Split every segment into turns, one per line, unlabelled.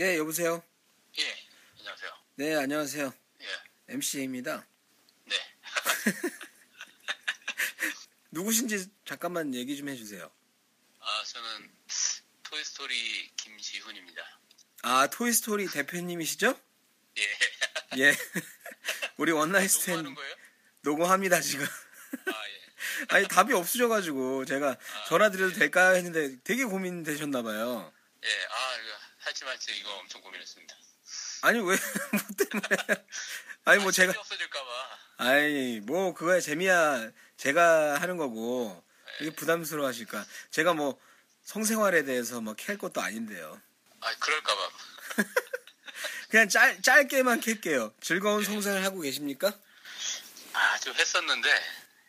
예, 여보세요.
예, 안녕하세요.
네, 안녕하세요.
예,
MC입니다.
네.
누구신지 잠깐만 얘기 좀 해주세요.
아, 저는 토이스토리 김지훈입니다.
아, 토이스토리 대표님이시죠?
예.
예. 우리
녹음하는
원나잇스탠
거예요?
녹음합니다, 지금.
아, 예.
아니, 답이 없으셔가지고 제가
아,
전화 드려도 될까 했는데 되게 고민되셨나봐요.
예, 아, 이거 할지 말지 이거 엄청 고민했습니다.
아니, 왜, 뭐 때문에. 아니, 뭐
아, 재미
제가,
없어질까봐.
아니, 뭐 그거야 재미야. 제가 하는 거고.
예.
이게 부담스러워 하실까. 제가 뭐 성생활에 대해서 뭐 캘 것도 아닌데요.
아, 그럴까봐.
그냥 짧, 짧게만 캘게요. 즐거운 성생활 하고 계십니까?
아, 좀 했었는데,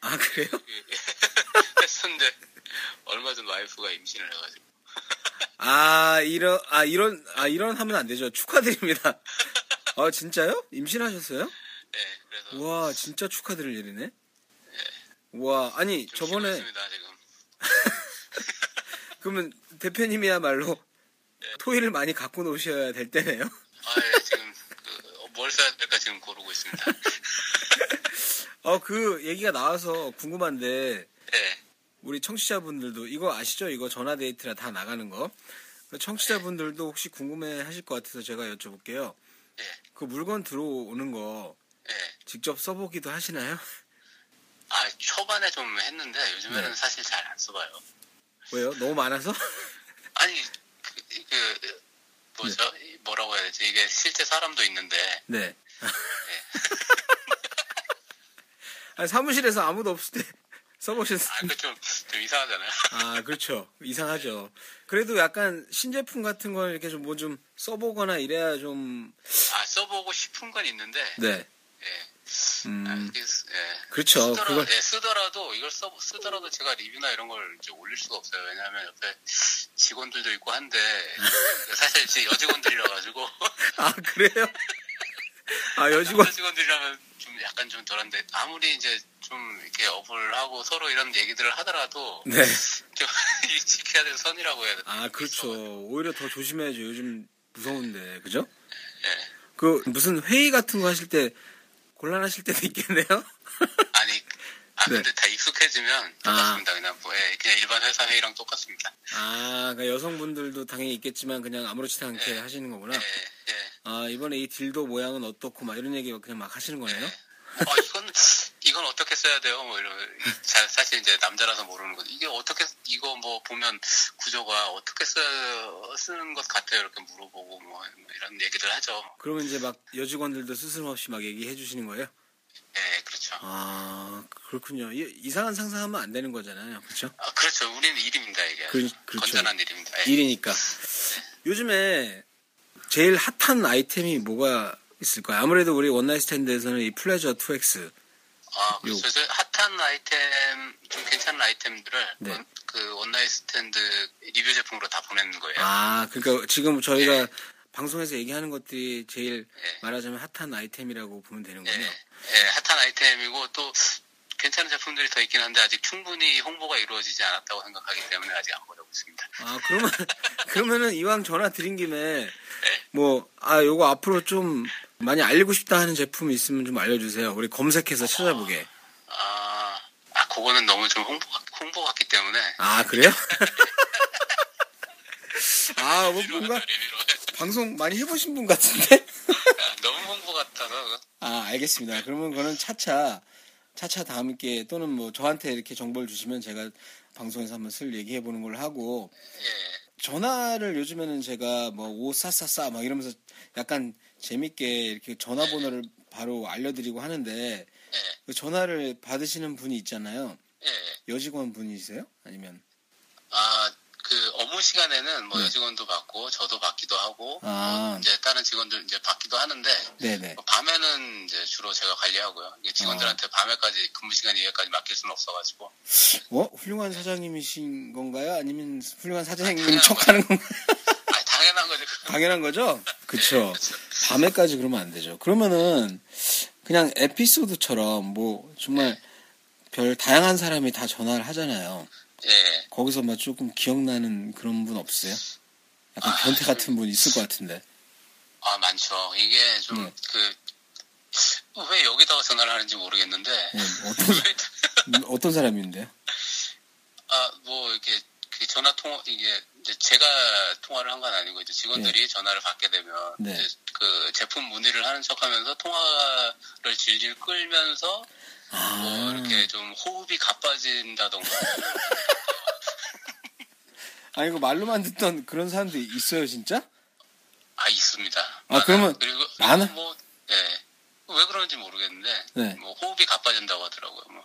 아, 그래요?
그, 했었는데, 얼마 전 와이프가 임신을 해가지고.
아, 이런, 아, 이런, 아, 이런 하면 안 되죠. 축하드립니다. 아, 진짜요? 임신하셨어요?
예, 그래서.
와, 진짜 축하드릴 일이네. 와, 아니,
좀
저번에,
심했습니다, 지금.
그러면 대표님이야말로 토의를 많이 갖고 노셔야 될 때네요.
아, 예, 지금, 그, 어, 뭘 써야 될까 지금 고르고 있습니다.
어, 그 얘기가 나와서 궁금한데,
예,
우리 청취자분들도 이거 아시죠? 이거 전화 데이트라 다 나가는 거. 그 청취자분들도 혹시 궁금해 하실 것 같아서 제가 여쭤볼게요.
예,
그 물건 들어오는 거
예.
직접 써보기도 하시나요?
아, 초반에 좀 했는데, 요즘에는
네.
사실 잘 안 써봐요.
왜요? 너무 많아서?
아니 그, 그 뭐죠 이 뭐라고 해야 되지 이게 실제 사람도 있는데
네. 아니, 사무실에서 아무도 없을 때 써보셨어요?
아그좀좀 이상하잖아요
아, 그렇죠. 이상하죠. 그래도 약간 신제품 같은 걸 이렇게 좀 뭐 좀 써보거나 이래야 좀.
아 써보고 싶은 건 있는데
네.
예, 아,
음.
이게 쓰- 예.
그렇죠.
쓰더라,
그걸-
예, 쓰더라도 이걸 써 쓰더라도 제가 리뷰나 이런 걸 이제 올릴 수가 없어요 왜냐하면 옆에 직원들도 있고 한데 사실 제 여직원들이라 가지고
아, 그래요? 아, 여직원.
남자 직원들이라면 좀 약간 좀 덜한데 아무리 이제 좀 이렇게 어플하고 서로 이런 얘기들을 하더라도
네.
좀 이 지켜야 될 선이라고 해야 되나
아, 그렇죠. 오히려 더 조심해야죠. 요즘 무서운데, 그죠?
예.
그 무슨 회의 같은 거 하실 때 곤란하실 때도 있겠네요.
아니, 아,
네.
근데 다 익숙해지면 똑같습니다. 그냥 뭐, 예, 그냥 일반 회사 회의랑 똑같습니다.
아, 그러니까 여성분들도 당연히 있겠지만 그냥 아무렇지도 않게
네.
하시는 거구나.
예, 예.
아, 이번에 이 딜도 모양은 어떻고 막 이런 얘기 그냥 막 하시는 거네요.
어, 이건, 이건 어떻게 써야 돼요? 뭐, 이런, 자, 사실 이제 남자라서 모르는 거. 이게 어떻게, 이거 뭐, 보면 구조가 어떻게 써, 쓰는 것 같아요? 이렇게 물어보고 뭐, 이런 얘기들 하죠.
그러면 이제 막 여직원들도 스스럼 없이 막 얘기해 주시는 거예요.
예, 그렇죠.
아, 그렇군요. 이- 이상한 상상하면 안 되는 거잖아요. 그렇죠?
아, 그렇죠. 우리는 일입니다, 이게.
그- 그렇죠.
건전한 일입니다. 예.
일이니까. 요즘에 제일 핫한 아이템이 뭐가 있을까요? 아무래도 우리 원나잇 스탠드에서는 이 플레저 2X.
아, 그래서 저 핫한 아이템, 좀 괜찮은 아이템들을
네.
원- 그 온라인 스탠드 리뷰 제품으로 다 보내는 거예요.
아, 그러니까 지금 저희가
예.
방송에서 얘기하는 것들이 제일
예.
말하자면 핫한 아이템이라고 보면 되는
예,
거네요.
예, 핫한 아이템이고 또 괜찮은 제품들이 더 있긴 한데 아직 충분히 홍보가 이루어지지 않았다고 생각하기 때문에 아직 안 보내고 있습니다.
아, 그러면 그러면은 이왕 전화 드린 김에
예.
뭐 아, 요거 앞으로 좀 많이 알리고 싶다 하는 제품이 있으면 좀 알려 주세요. 우리 검색해서 찾아보게.
아, 아 그거는 너무 좀 홍보 홍보 같기 때문에
아, 그래요? 아, 뭐 뭔가
리뷰하죠, 리뷰로.
방송 많이 해보신 분 같은데?
아, 너무 홍보 같아서
아, 알겠습니다. 그러면 그거는 차차, 차차 다음 기회 또는 뭐 저한테 이렇게 정보를 주시면 제가 방송에서 한번 슬 얘기해보는 걸 하고,
예,
전화를 요즘에는 제가 뭐 오사사사 막 이러면서 약간 재밌게 이렇게 전화번호를 바로 알려드리고 하는데,
예,
그 전화를 받으시는 분이 있잖아요.
예.
여직원 분이세요? 아니면?
아, 그 업무 시간에는 뭐
네.
여직원도 받고 저도 받기도 하고
아.
뭐 이제 다른 직원들 이제 받기도 하는데
네네. 아.
뭐 밤에는 이제 주로 제가 관리하고요. 이게 직원들한테 밤에까지 근무 시간 이외까지 맡길 수는 없어가지고
어? 훌륭한 사장님이신 건가요? 아니면 훌륭한 사장님
당연한
척 하는 건가요?
아, 당연한 거죠.
당연한 거죠? 그쵸. 밤에까지 그러면 안 되죠. 그러면은 그냥 에피소드처럼 뭐 정말 별 다양한 사람이 다 전화를 하잖아요.
예.
거기서 막 조금 기억나는 그런 분 없으세요? 약간 변태 같은 분 있을 것 같은데.
아, 많죠. 이게 좀,
네.
그, 왜 여기다가 전화를 하는지 모르겠는데,
네, 어떤
왜,
음, 어떤 사람인데요?
아, 뭐, 이렇게, 그 전화 통화, 이게, 이제 제가 통화를 한 건 아니고, 이제 직원들이 전화를 받게 되면,
예. 네.
이제 그 제품 문의를 하는 척 하면서 통화를 질질 끌면서, 뭐,
아,
이렇게 좀 호흡이 가빠진다던가,
아 이거 말로만 듣던 그런 사람들이 있어요 진짜?
아, 있습니다.
아, 그러면
그리고,
많아?
뭐, 예. 왜 그런지 모르겠는데,
네.
뭐, 호흡이 가빠진다고 하더라고요. 뭐.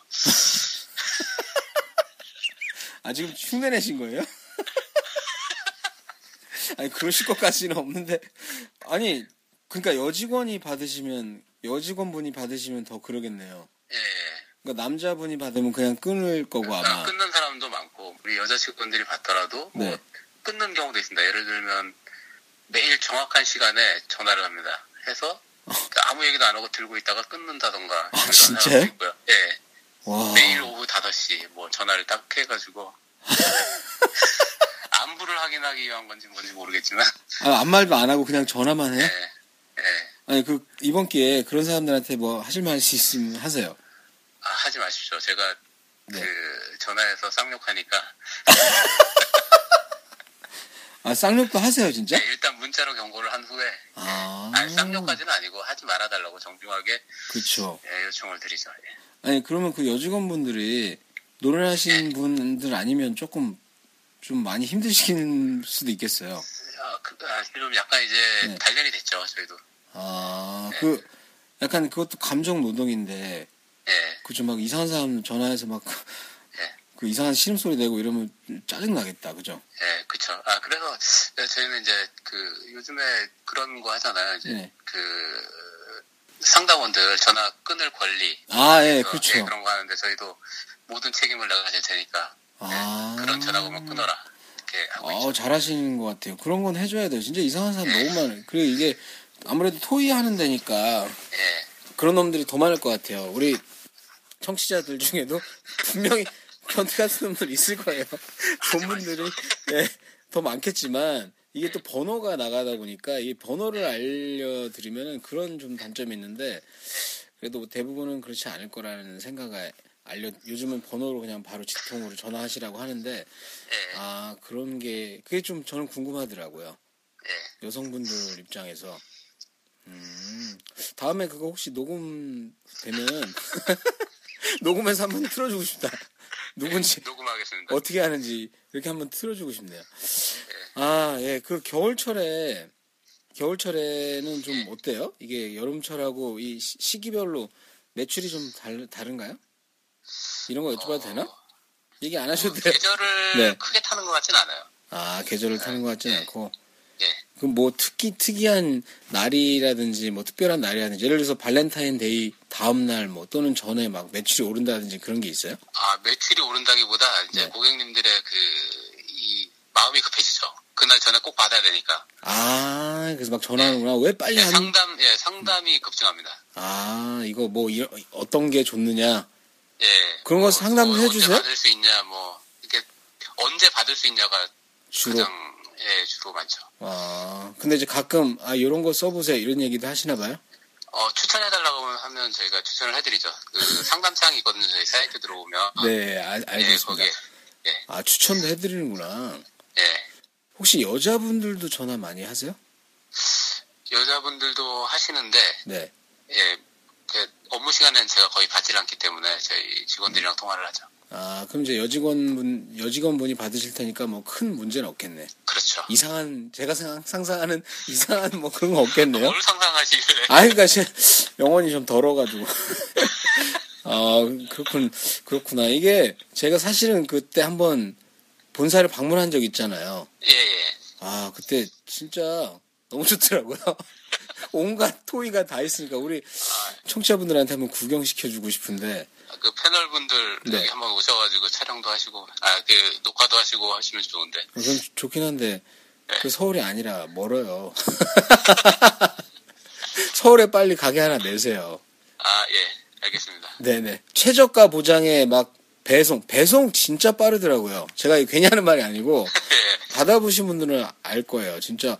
아 지금 흉내 내신 거예요? 아니 그러실 것까지는 없는데 아니 그러니까 여직원이 받으시면 여직원분이 받으시면 더 그러겠네요.
예.
그러니까 남자분이 받으면 그냥 끊을 거고
아,
뭐 아마
끊는 사람도 많고 우리 여자 직원들이 받더라도 뭐
네.
끊는 경우도 있습니다. 예를 들면 매일 정확한 시간에 전화를 합니다. 해서 그러니까 아무 얘기도 안 하고 들고 있다가 끊는다던가 이런
어. 아, 진짜요? 어.
사람도 있고요. 예.
와
매일 오후 5시 뭐 전화를 딱 해가지고 안부를 확인하기 위한 건지 뭔지 모르겠지만
아, 아무 말도 안 하고 그냥 전화만
예.
해?
예.
아니 그 이번 기회에 그런 사람들한테 뭐 하실 말 있으면 하세요.
아, 하지 마십시오. 제가
네.
그 전화해서 쌍욕하니까
아 쌍욕도 하세요 진짜?
예, 일단 문자로 경고를 한 후에
아
아니, 쌍욕까지는 아니고 하지 말아달라고 정중하게
그렇죠.
예, 요청을 드리죠. 예.
아니 그러면 그 여직원분들이 노래하신 분들 아니면 조금 좀 많이 힘드시는 수도 있겠어요.
아, 그, 아, 좀 약간 이제
네.
단련이 됐죠, 저희도.
아 그 약간 그것도 감정 노동인데
예,
그죠 막 이상한 사람 전화해서 막 그 이상한 신음소리 내고 이러면 짜증 나겠다 그죠?
예, 그쵸. 아, 그래서 저희는 이제 그 요즘에 그런 거 하잖아요. 이제
네.
그 상담원들 전화 끊을 권리.
아 예
어, 예,
그렇죠.
그런 거 하는데 저희도 모든 책임을 내가 질 테니까 예,
아
그런 전화 오면 끊어라. 이렇게 하고 있죠.
아, 잘하시는 것 같아요. 그런 건 해줘야 돼요. 진짜 이상한 사람 너무 많아요. 그리고 이게 아무래도 토의하는 데니까
예,
그런 놈들이 더 많을 것 같아요. 우리 청취자들 중에도 분명히 변태 같은 놈들 있을 거예요. 본분들이 예, 더 많겠지만 이게 또 번호가 나가다 보니까 이 번호를 알려드리면 그런 좀 단점이 있는데 그래도 대부분은 그렇지 않을 거라는 생각에 알려 요즘은 번호로 그냥 바로 직통으로 전화하시라고 하는데
예,
아 그런 게 그게 좀 저는 궁금하더라고요.
예.
여성분들 입장에서 음, 다음에 그거 혹시 녹음 되면 녹음해서 한번 틀어주고 싶다. 누군지
녹음하겠습니다.
어떻게 하는지 이렇게 한번 틀어주고 싶네요. 아 예 그 겨울철에 겨울철에는 좀 어때요? 이게 여름철하고 이 시- 시기별로 매출이 좀 달, 다른가요? 이런 거 여쭤봐도 되나?
어,
얘기 안 하셔도 돼요.
계절을
네.
크게 타는 것 같진 않아요.
아 계절을 타는 것 같지는
네.
않고
예.
그럼 뭐 특히 특이한 날이라든지 뭐 특별한 날이라든지 예를 들어서 발렌타인데이 다음 날 뭐 또는 전에 막 매출이 오른다든지 그런 게 있어요?
아, 매출이 오른다기보다 이제
네.
고객님들의 그, 이, 마음이 급해지죠. 그날 전에 꼭 받아야 되니까.
아 그래서 막 전화하는구나 왜 빨리 음.
예,
한?
상담, 예, 상담이 급증합니다.
아 이거 뭐 이런- 어떤 게 좋느냐?
예.
그런 거 상담도
뭐
해주세요?
언제 받을 수 있냐, 뭐, 이게 언제 받을 수 있냐가
주로
가장, 예, 주로 많죠.
아 근데 이제 가끔 아 이런 거 써보세요 이런 얘기도 하시나 봐요?
어, 추천해달라고 하면 저희가 추천을 해드리죠. 그 상담창이 있거든요. 저희 사이트 들어오면.
네 알, 알고
예,
있습니다.
거기에.
아 추천도 해드리는구나.
예.
혹시 여자분들도 전화 많이 하세요?
여자분들도 하시는데,
네.
예. 그 업무 시간에는 제가 거의 받질 않기 때문에 저희 직원들이랑 통화를 하죠.
아 그럼 이제 여직원분 여직원분이 받으실 테니까 뭐 큰 문제는 없겠네.
그렇죠.
이상한 제가 생각- 상상하는 이상한 뭐 그런 거 없겠네요.
뭘 상상하시길래.
아 그러니까 시- 영혼이 좀 더러가지고. 아 그렇군 그렇구나 이게 제가 사실은 그때 한번 본사를 방문한 적 있잖아요.
예, 예.
아 그때 진짜 너무 좋더라고요. 온갖 토이가 다 있으니까 우리 청취자분들한테 한번 구경시켜주고 싶은데
그 패널 분들
네.
여기 한번 오셔가지고 촬영도 하시고, 아, 그, 녹화도 하시고 하시면 좋은데.
아, 그건 좋긴 한데 그 서울이 아니라 멀어요. 서울에 빨리 가게 하나 내세요.
아, 예. 알겠습니다.
네네. 최저가 보장에 막 배송, 배송 진짜 빠르더라고요. 제가 이거 괜히 하는 말이 아니고
예.
받아보신 분들은 알 거예요. 진짜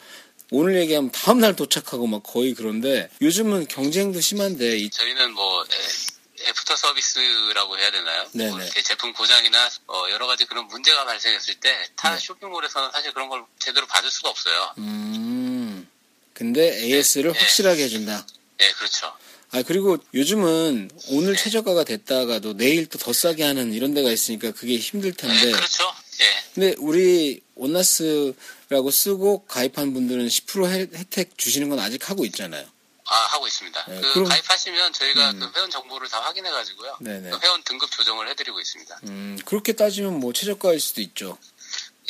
오늘 얘기하면 다음날 도착하고 막 거의 그런데 요즘은 경쟁도 심한데 이-
저희는 뭐 에- 애프터 서비스라고 해야 되나요?
네네.
뭐 이렇게 제품 고장이나 어, 여러 가지 그런 문제가 발생했을 때 타
네.
쇼핑몰에서는 사실 그런 걸 제대로 받을 수가 없어요.
음 근데 AS를
네.
확실하게 해준다.
예, 그렇죠.
아 그리고 요즘은 오늘 최저가가 됐다가도 내일 또 더 싸게 하는 이런 데가 있으니까 그게 힘들
예,
텐데
그렇죠. 예,
근데 우리 온나스라고 쓰고 가입한 분들은 10% 혜- 혜택 주시는 건 아직 하고 있잖아요.
아 하고 있습니다.
네,
그
그럼- 음.
가입하시면 저희가 그 회원 정보를 다 확인해 가지고요. 그
네네.
회원 등급 조정을 해드리고 있습니다.
음 그렇게 따지면 뭐 최저가일 수도 있죠.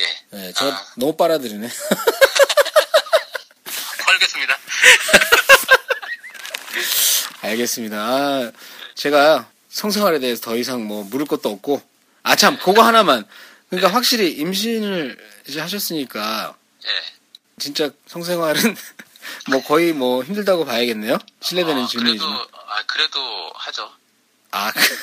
예,
네, 제가
아.
너무 빨아들이네.
알겠습니다.
알겠습니다. 아, 제가 성생활에 대해서 더 이상 뭐 물을 것도 없고 아 참 그거 하나만 그러니까 확실히 임신을 이제 하셨으니까
예.
진짜 성생활은 뭐 거의 뭐 힘들다고 봐야겠네요. 실례되는
아,
질문이지만
그래도 아 그래도 하죠.
아 그-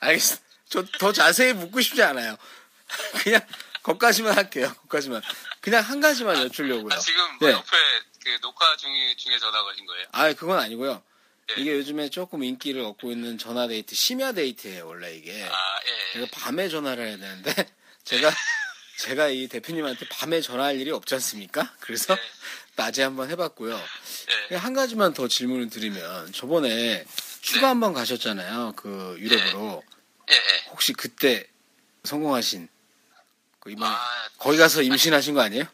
알겠습니다. 저 더 자세히 묻고 싶지 않아요. 그냥 거기까지만 할게요. 거기까지만 그냥 한 가지만 여쭈려고요.
아, 지금 뭐
네.
옆에 그 녹화 중에 중에 전화 걸린 거예요.
아 그건 아니고요.
예.
이게 요즘에 조금 인기를 얻고 있는 전화 데이트 심야 데이트예요 원래 이게.
아 예.
제가 밤에 전화를 해야 되는데 제가 제가 이 대표님한테 밤에 전화할 일이 없지 않습니까? 그래서
네.
낮에 한번 해봤고요.
예.
한 가지만 더 질문을 드리면 저번에 휴가 한번 가셨잖아요. 그 유럽으로
네. 예, 예.
혹시 그때 성공하신 그 이번에
아,
거기 가서 임신하신 거 아니에요?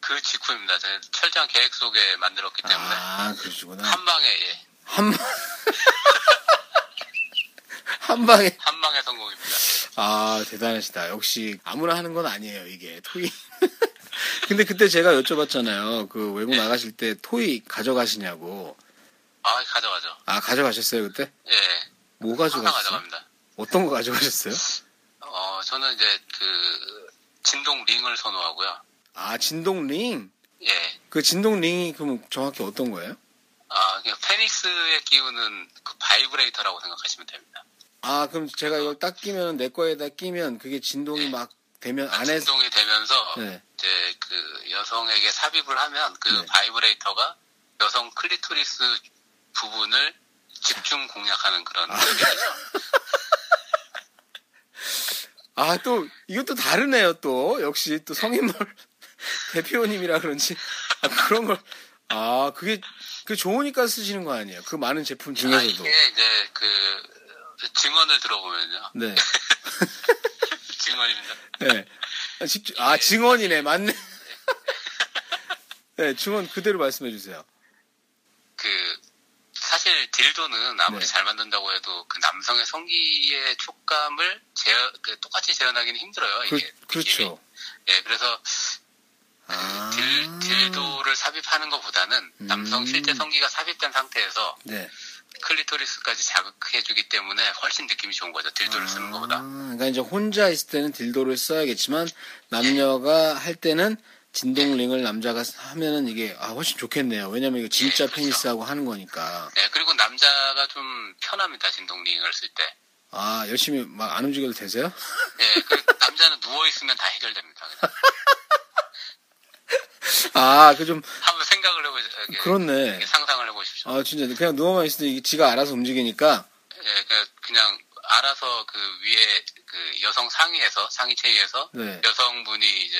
그 직후입니다. 저는 철저한 계획 속에 만들었기 때문에
아 그러시구나.
네, 한 방에 예.
한한방한 방에
한 방에 성공입니다.
아 대단하시다. 역시 아무나 하는 건 아니에요 이게 토익. 근데 그때 제가 여쭤봤잖아요. 그 외국
네.
나가실 때 토익 가져가시냐고.
아 가져가죠.
아 가져가셨어요 그때?
예.
뭐
항상
가져가셨어요?
가져갑니다.
어떤 거 가져가셨어요?
어 저는 이제 그 진동 링을 선호하고요.
아 진동링.
예.
그 진동링이 그럼 정확히 어떤 거예요?
아 그냥 페닉스에 끼우는 그 바이브레이터라고 생각하시면 됩니다.
아 그럼 제가 이걸 딱 끼면 내 거에다 끼면 그게 진동이 막 되면 안에서
네. 아, 진동이 되면서
네.
이제 그 여성에게 삽입을 하면 그
네.
바이브레이터가 여성 클리토리스 부분을 집중 공략하는 그런 의미죠.
아 또 이것도 다르네요 또 역시 또 성인물 대표님이라 그런지 아, 그런 걸 아 그게 그 좋으니까 쓰시는 거 아니에요 그 많은 제품
아,
중에서도
이게 이제 그 증언을 들어보면요.
네, 그
증언입니다.
네. 아, 집, 아 증언이네 맞네 네 증언 그대로 말씀해 주세요
그 사실 딜도는 아무리
네.
잘 만든다고 해도 그 남성의 성기의 촉감을 재현, 그 똑같이 재현하기는 힘들어요. 이게
그,
느낌이.
그렇죠
예, 그래서
아
딜, 딜도를 삽입하는 것보다는 남성
음.
실제 성기가 삽입된 상태에서
네
클리토리스까지 자극해주기 때문에 훨씬 느낌이 좋은 거죠. 딜도를 쓰는 것보다.
아, 그러니까 이제 혼자 있을 때는 딜도를 써야겠지만 남녀가 할 때는 진동링을 남자가 하면은 이게 아 훨씬 좋겠네요. 왜냐면 이거 진짜
예, 그렇죠.
페니스하고 하는 거니까
네, 그리고 남자가 좀 편합니다. 진동링을 쓸 때.
아 열심히 막 안 움직여도 되세요?
예, 그 남자는 누워있으면 다 해결됩니다. 그냥
아 그 좀
한번 생각을 해보세요. 이렇게
그렇네.
이렇게 상상을 해보십시오.
아 진짜 그냥 누워만 있어도 이게 지가 알아서 움직이니까
예, 그- 그냥 알아서 그 위에 그 여성 상의에서, 상의체위에서
네.
여성분이 이제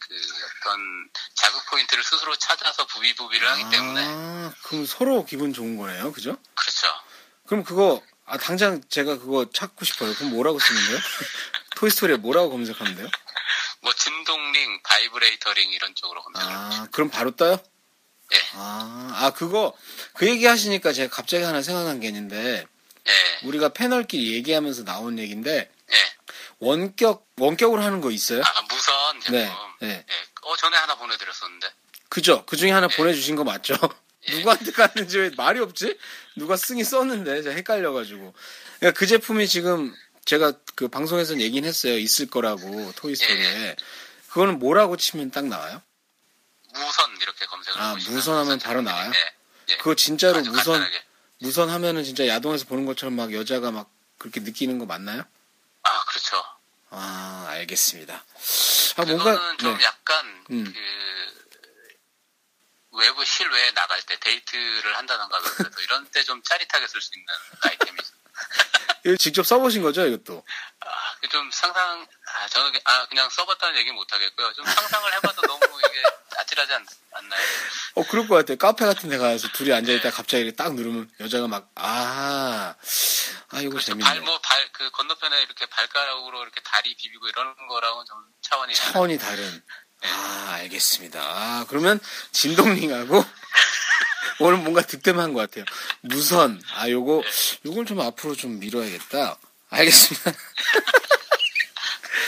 그 어떤 자극 포인트를 스스로 찾아서 부비부비를 하기 때문에.
아 그럼 서로 기분 좋은 거네요, 그죠?
그렇죠.
그럼 그거 아 당장 제가 그거 찾고 싶어요. 그럼 뭐라고 쓰면 돼요? 토이스토리에 뭐라고 검색하면 돼요?
뭐 진동링, 바이브레이터링 이런 쪽으로 검색을
아, 그럼 바로 떠요?
예.
아, 아, 그거, 그 얘기 하시니까 제가 갑자기 하나 생각난 게 있는데,
예,
우리가 패널끼리 얘기하면서 나온 얘기인데,
예.
원격, 원격으로 하는 거 있어요?
아, 무선 제품.
네, 네.
예. 어, 전에 하나 보내드렸었는데.
그죠? 그 중에 하나 보내주신 거 맞죠? 누구한테 갔는지 왜 말이 없지? 누가 승이 썼는데, 제가 헷갈려가지고. 그러니까 그 제품이 지금 제가 그 방송에서는 얘기는 했어요. 있을 거라고, 토이스토리에. 그거는 뭐라고 치면 딱 나와요?
무선 이렇게 검색을
아,
해보시면
무선하면
무선
바로
제품이-
나와요?
예. 예.
그거 진짜로
아주
무선,
간단하게.
무선 하면은 진짜 야동에서 보는 것처럼 막 여자가 막 그렇게 느끼는 거 맞나요?
아, 그렇죠.
아, 알겠습니다. 아, 뭔가,
그거는 좀
네.
약간
음.
그 외부 실외에 나갈 때 데이트를 한다던가 그래서 이런 때 좀 짜릿하게 쓸 수 있는 아이템이 있어요.
이거 직접 써보신 거죠, 이것도?
아, 그좀 상상 아 저는 그- 아 그냥 써봤다는 얘기는 못 하겠고요. 좀 상상을 해봐도 너무 이게 아찔하지 않, 않나요?
어, 그럴 것 같아요. 카페 같은 데 가서 둘이 앉아있다 갑자기 이렇게 딱 누르면 여자가 막, 아, 아, 이거
그렇죠.
재밌네.
발뭐 발 그 건너편에 이렇게 발가락으로 이렇게 다리 비비고 이러는 거랑은 좀 차원이
차원이 다른. 아, 알겠습니다. 아, 그러면 진동링하고 오늘 뭔가 득템한 것 같아요. 무선. 아, 요거, 요걸 좀 앞으로 좀 밀어야겠다. 알겠습니다.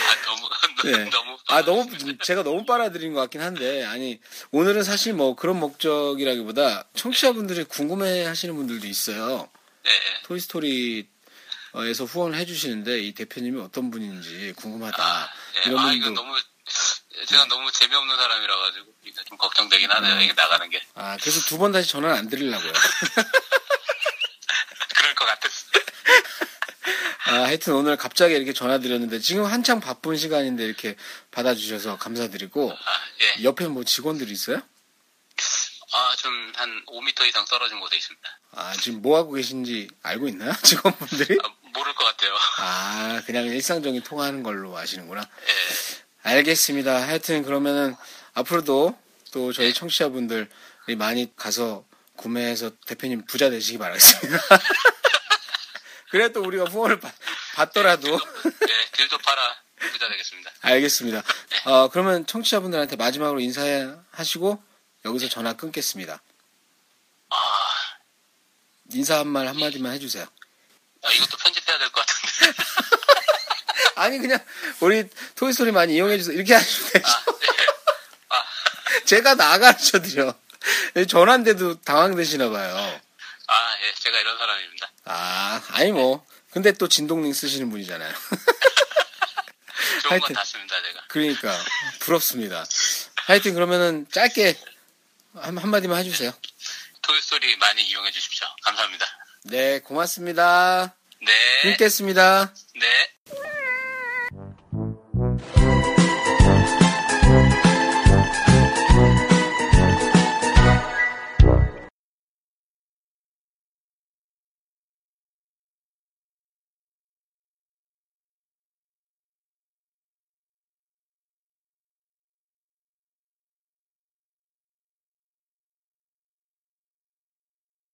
아, 너무
네.
너무
아, 너무, 제가 너무 빨아들인 것 같긴 한데, 아니, 오늘은 사실 뭐 그런 목적이라기보다 청취자분들이 궁금해 하시는 분들도 있어요.
네.
토이스토리에서 후원을 해주시는데 이 대표님이 어떤 분인지 궁금하다.
예,
이런
아,
분도.
이건 너무, 제가 너무 재미없는 사람이라 가지고, 이게 좀 걱정되긴 하네요, 이게 나가는 게.
아, 그래서 두 번 다시 전화를 안 드리려고요.
그럴 것 같았어.
아, 하여튼 오늘 갑자기 이렇게 전화드렸는데 지금 한창 바쁜 시간인데 이렇게 받아주셔서 감사드리고
아, 예.
옆에 뭐 직원들이 있어요?
아, 좀 한 5m 이상 떨어진 곳에 있습니다.
아, 지금 뭐 하고 계신지 알고 있나요? 직원분들이?
아, 모를 것 같아요.
아, 그냥 일상적인 통화하는 걸로 아시는구나.
예.
알겠습니다. 하여튼 그러면은 앞으로도 또 저희 청취자분들이 많이 가서 구매해서 대표님 부자 되시기 바라겠습니다. 그래 도 우리가 후원을 받, 받더라도
예, 딜도 팔아 부자 되겠습니다.
알겠습니다. 어, 그러면 청취자분들한테 마지막으로 인사하시고 여기서 전화 끊겠습니다.
아,
인사 한 말 한마디만 해주세요.
아, 이것도 편집해야 될 것 같은데.
아니 그냥 우리 토이스토리 많이 이용해주세요. 이렇게 하시면 돼요.
아, 예. 아,
제가 나가르쳐드려. 전화인데도 당황되시나 봐요.
아, 예, 제가 이런 사람입니다.
아, 아니 뭐. 근데 또 진동링 쓰시는 분이잖아요.
좋은
하여튼.
건 다 씁니다, 제가.
그러니까 부럽습니다. 하여튼 그러면은 짧게 한, 한마디만 해주세요.
토이스토리 많이 이용해 주십시오. 감사합니다.
네, 고맙습니다.
네.
힘겠습니다